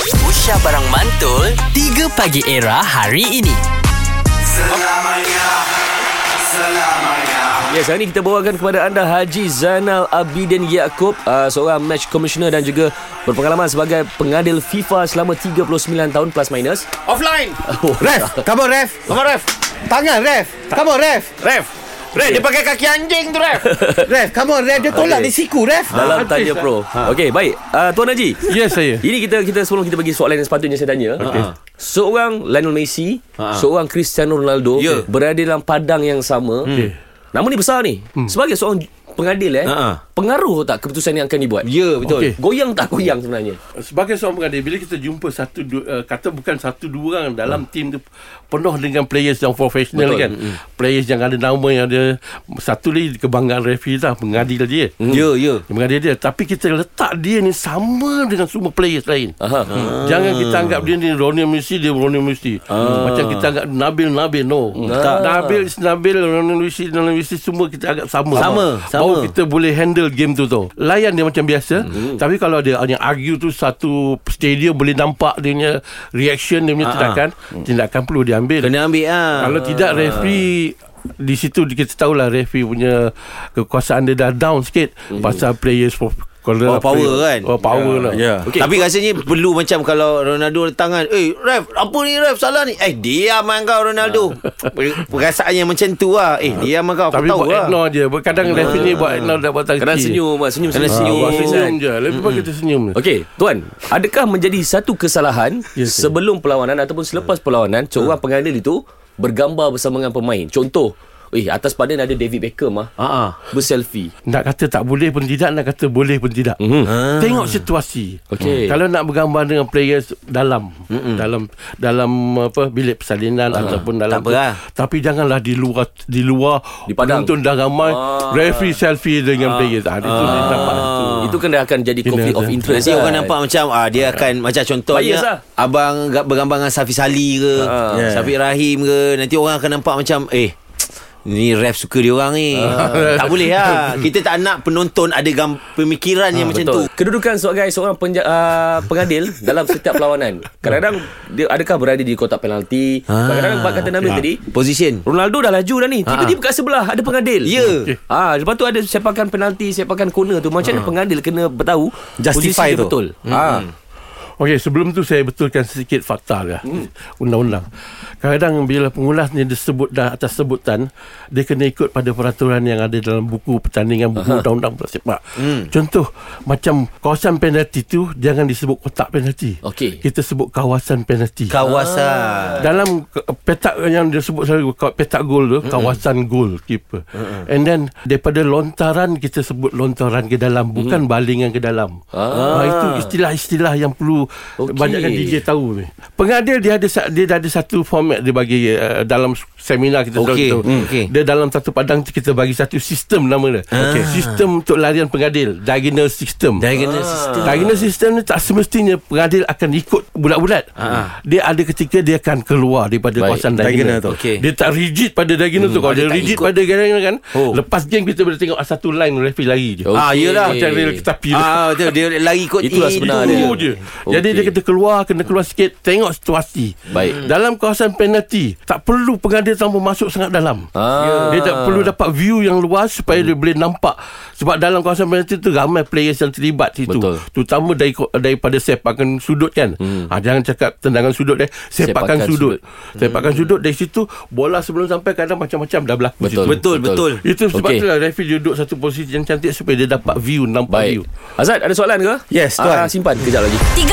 Aisyah Barang Mantul 3 Pagi Era hari ini Selamanya Selamanya Yes, hari ini kita bawakan kepada anda Haji Zainal Abidin Yaakob uh, Seorang match commissioner dan juga berpengalaman sebagai pengadil FIFA selama 39 tahun plus minus Offline. oh, Ref, come on ref. Come on ref. Tangan ref. Come on ref. Ref. Ref dia pakai kaki anjing tu ref. ref, come on ref dia tolak Okey. di siku ref. Dalam Tanya Pro ah. ha. Okey, baik uh, Tuan Haji Yes saya Ini kita kita sebelum kita bagi soalan yang sepatutnya saya tanya okay. Seorang Lionel Messi Seorang Cristiano Ronaldo Ah. Ya. Hmm. Berada dalam padang yang sama okay. Nama ni besar ni Sebagai seorang pengadil eh Ha. Pengaruh tak keputusan yang akan dibuat? Ya betul. Okey. Goyang tak goyang sebenarnya? Sebagai seorang pengadil Bila kita jumpa satu du, uh, Kata bukan satu dua orang Dalam tim tu Penuh dengan players yang profesional Betul. kan mm. Players yang ada nama Yang ada Satu lagi kebanggaan referee lah Mengadil dia mm. Ya ya. Mengadil dia Tapi kita letak dia ni Sama dengan semua players lain Hmm. Aha. Jangan kita Ah. anggap dia ni Ronnie Messi Dia Ronnie Messi Macam kita anggap Nabil Nabil No Ah. Tak. Nabil is Nabil Ronnie Messi Ronnie Messi Semua kita anggap sama Sama, sama. Baru kita boleh handle game tu tu Layan dia macam biasa Hmm. Tapi kalau dia yang argue tu Satu stadium boleh nampak Dia punya reaction Dia punya tindakan Tindakan perlu Ah, diambil Hmm. Kena ambil ah. kalau tidak referee di situ kita tahulah referee punya kekuasaan dia dah down sikit pasal players for Oh, kalau power kan? Oh, power lah. Yeah. Okay. Tapi rasanya perlu macam kalau Ronaldo tangan, "Eh, ref, apa ni ref salah ni?" "Eh, diam ah kau Ronaldo." Ah. Perasaan yang macam tu lah. "Eh, diam ah kau." Aku Tapi tahu buat lah. ignore je. Kadang referee ni buat ignore dan buat tangki. Kadang senyum Mat. Senyum Kadang senyum. Ah, buat Senyum. senyum je. Lebih baik kita senyum. je. Okey, tuan, adakah menjadi satu kesalahan yes, sebelum perlawanan ataupun selepas perlawanan seorang pengadil itu bergambar bersama dengan pemain? Contoh, eh atas badan ada David Beckham ah. Ha ah. Berselfie. Ah. Nak kata tak boleh pun tidak Nak kata boleh pun tidak Mhm. Tengok situasi Hmm. Okey. Kalau nak bergambar dengan players Dalam Dalam Dalam apa Bilik persalinan Ataupun dalam Tak apa lah. Tapi janganlah di luar Di luar Di padang. Penonton dah ramai Referee selfie dengan players ah, Itu dia nampak itu. Itu kan dah akan jadi conflict ada. of interest. Nanti kan? orang nampak macam ah, Dia akan Macam contohnya Bias lah. Abang ga- bergambar dengan Safi Sali ke Ah. Safi Rahim ke Nanti orang akan nampak macam Eh Ni ref suka dia orang ni Ha. Tak boleh lah Kita tak nak penonton Ada gam, pemikiran yang macam Ha, Betul. tu Kedudukan sebagai seorang penja, uh, pengadil dalam setiap perlawanan. Kadang-kadang dia adakah berada di kotak penalti. Kadang-kadang Pak kata Nabil tadi, Position Ronaldo dah laju dah ni. Tiba-tiba kat sebelah ada pengadil. Ha, Ya. Okay. Ah, lepas tu ada sepakan penalti, sepakan corner tu. Macam mana pengadil kena bertahu Ha. Justify posisi dia tu. Hmm, betul. Ah. Okey, sebelum tu saya betulkan sedikit fakta lah. Undang-undang. Kadang bila pengulas ni disebut dah atas sebutan, dia kena ikut pada peraturan yang ada dalam buku pertandingan buku undang-undang bola sepak. Contoh macam kawasan penalti tu jangan disebut kotak penalti. Okey. Kita sebut kawasan penalti. Ah. Kawasan dalam ke- petak yang dia sebut saya ka- petak gol tu kawasan gol keeper and then daripada lontaran kita sebut lontaran ke dalam bukan balingan ke dalam ah. itu istilah-istilah yang perlu Okey. okay. banyakkan DJ tahu ni pengadil dia ada sa- dia ada satu format dia bagi uh, dalam seminar kita Okey. selalu tahu. Hmm, okey. dia dalam satu padang tu kita bagi satu sistem nama dia okay. sistem untuk larian pengadil diagonal system Diagonal system Diagonal system ni tak semestinya pengadil akan ikut bulat-bulat. Ha. Dia ada ketika dia akan keluar daripada Baik, Baik. kawasan diagonal, diagonal tu. Okey. Dia tak rigid pada diagonal hmm, tu. Kalau dia rigid ikut. pada diagonal kan, Oh. oh. lepas game kita boleh tengok satu line referee lari je. Okey. Ah, yelah. Macam dia kita pilih. Ah, betul. dia lari ikut Itulah itu. sebenar dia. Itu je. Jadi Okey. dia kena keluar, kena keluar sikit, tengok situasi. Hmm. Baik. Dalam kawasan penalti, tak perlu pengadil tanpa masuk sangat dalam. Ah. Dia tak perlu dapat view yang luas supaya dia boleh nampak. Sebab dalam kawasan penalti tu ramai players yang terlibat situ. Betul. Terutama dari daripada sepakan sudut kan. Hmm. Ha, jangan cakap tendangan sudut dia, Sepakan sepakan, sudut. sudut. Hmm. Sepakan sudut dari situ bola sebelum sampai kadang macam-macam dah berlaku Betul. situ. Betul, betul. Itu sebab lah. Okey. okay. itulah referee duduk satu posisi yang cantik supaya dia dapat view nampak Baik. view. Azad, ada soalan ke? Yes, kan. tuan. Ah, simpan kejap lagi. 3